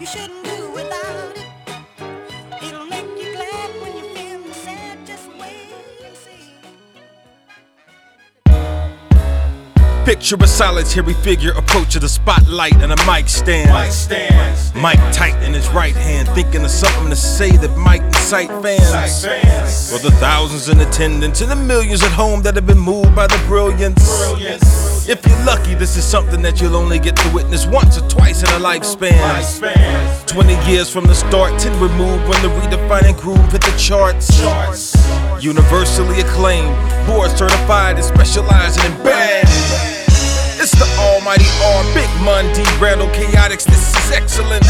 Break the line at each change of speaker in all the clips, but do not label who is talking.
you shouldn't do without it. It'll make you glad when you're feeling sad. Just wait and see.
Picture a solitary figure approach to the spotlight and a mic stand. Mic stand. Mic tight in his right hand, thinking of something to say that might incite fans. For the thousands in attendance and the millions at home that have been moved by the brilliance. If you're lucky, this is something that you'll only get to witness once or twice in a lifespan. 20 years from the start, 10 removed when the redefining groove hit the charts. Universally acclaimed, board certified and specializing in bad. It's the almighty R, Big Monday, Randall Chaotix, this is excellence.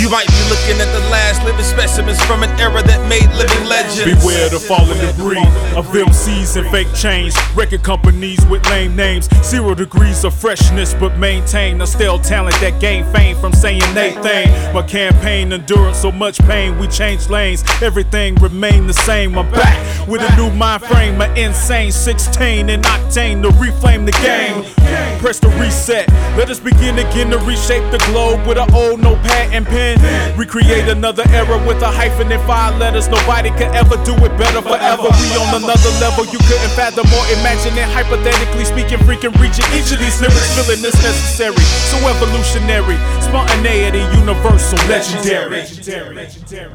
You might be looking at the last living specimens from an era that made living legends.
Beware the falling debris of MCs and fake chains. Record companies with lame names. Zero degrees of freshness, but maintain a stale talent that gained fame from saying they thing. My campaign endured so much pain, we changed lanes. Everything remained the same. I'm back with a new mind frame, an insane 16 and octane to reflame the game. Press the reset. Let us begin again to reshape the globe with an old notepad and pen. Recreate another era with a hyphen and five letters. Nobody could ever do it better forever. We on another level you couldn't fathom or imagine it. Hypothetically speaking, freaking reaching each of these lyrics, feeling this necessary. So evolutionary, spontaneity, universal, legendary.